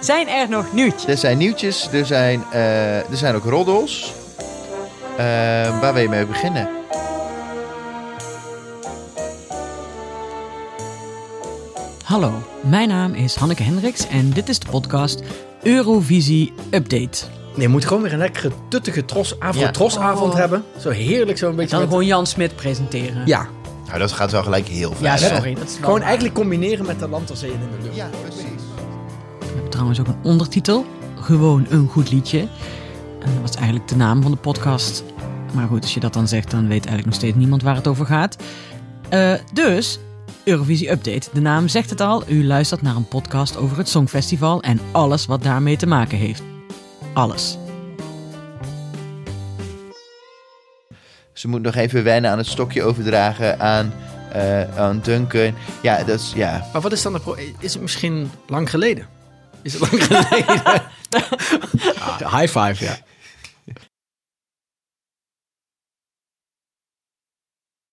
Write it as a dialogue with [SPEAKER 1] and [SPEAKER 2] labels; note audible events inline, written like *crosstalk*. [SPEAKER 1] Zijn er nog nieuwtjes?
[SPEAKER 2] Er zijn nieuwtjes, er zijn, eh, er zijn ook roddels. Eh, waar wil je mee beginnen?
[SPEAKER 3] Hallo, mijn naam is Hanneke Hendricks en dit is de podcast Eurovisie Update.
[SPEAKER 4] Nee, je moet gewoon weer een lekkere tuttige tros,
[SPEAKER 2] Ja.
[SPEAKER 4] afro-trosavond
[SPEAKER 3] Oh.
[SPEAKER 4] hebben. Zo heerlijk zo'n beetje.
[SPEAKER 3] Dan
[SPEAKER 4] met-
[SPEAKER 3] gewoon Jan Smit presenteren.
[SPEAKER 4] Ja,
[SPEAKER 2] Nou, dat gaat wel gelijk heel
[SPEAKER 3] Ja,
[SPEAKER 2] ver. hè?
[SPEAKER 3] sorry. Dat is wel
[SPEAKER 4] gewoon
[SPEAKER 3] waar.
[SPEAKER 4] eigenlijk combineren met de Lanterzeeën in de lucht.
[SPEAKER 2] Ja, precies.
[SPEAKER 3] We hebben trouwens ook een ondertitel. Gewoon een goed liedje. En dat was eigenlijk de naam van de podcast. Maar goed, als je dat dan zegt, dan weet eigenlijk nog steeds niemand waar het over gaat. Eh, dus, Eurovisie Update. De naam zegt het al. U luistert naar een podcast over het Songfestival en alles wat daarmee te maken heeft. Alles.
[SPEAKER 2] Ze moet nog even wennen aan het stokje overdragen aan, eh, aan Duncan. Ja, dat is... Ja.
[SPEAKER 4] Maar wat is dan de pro- Is
[SPEAKER 3] *laughs*
[SPEAKER 4] het misschien lang geleden? Is het lang geleden? High five, ja.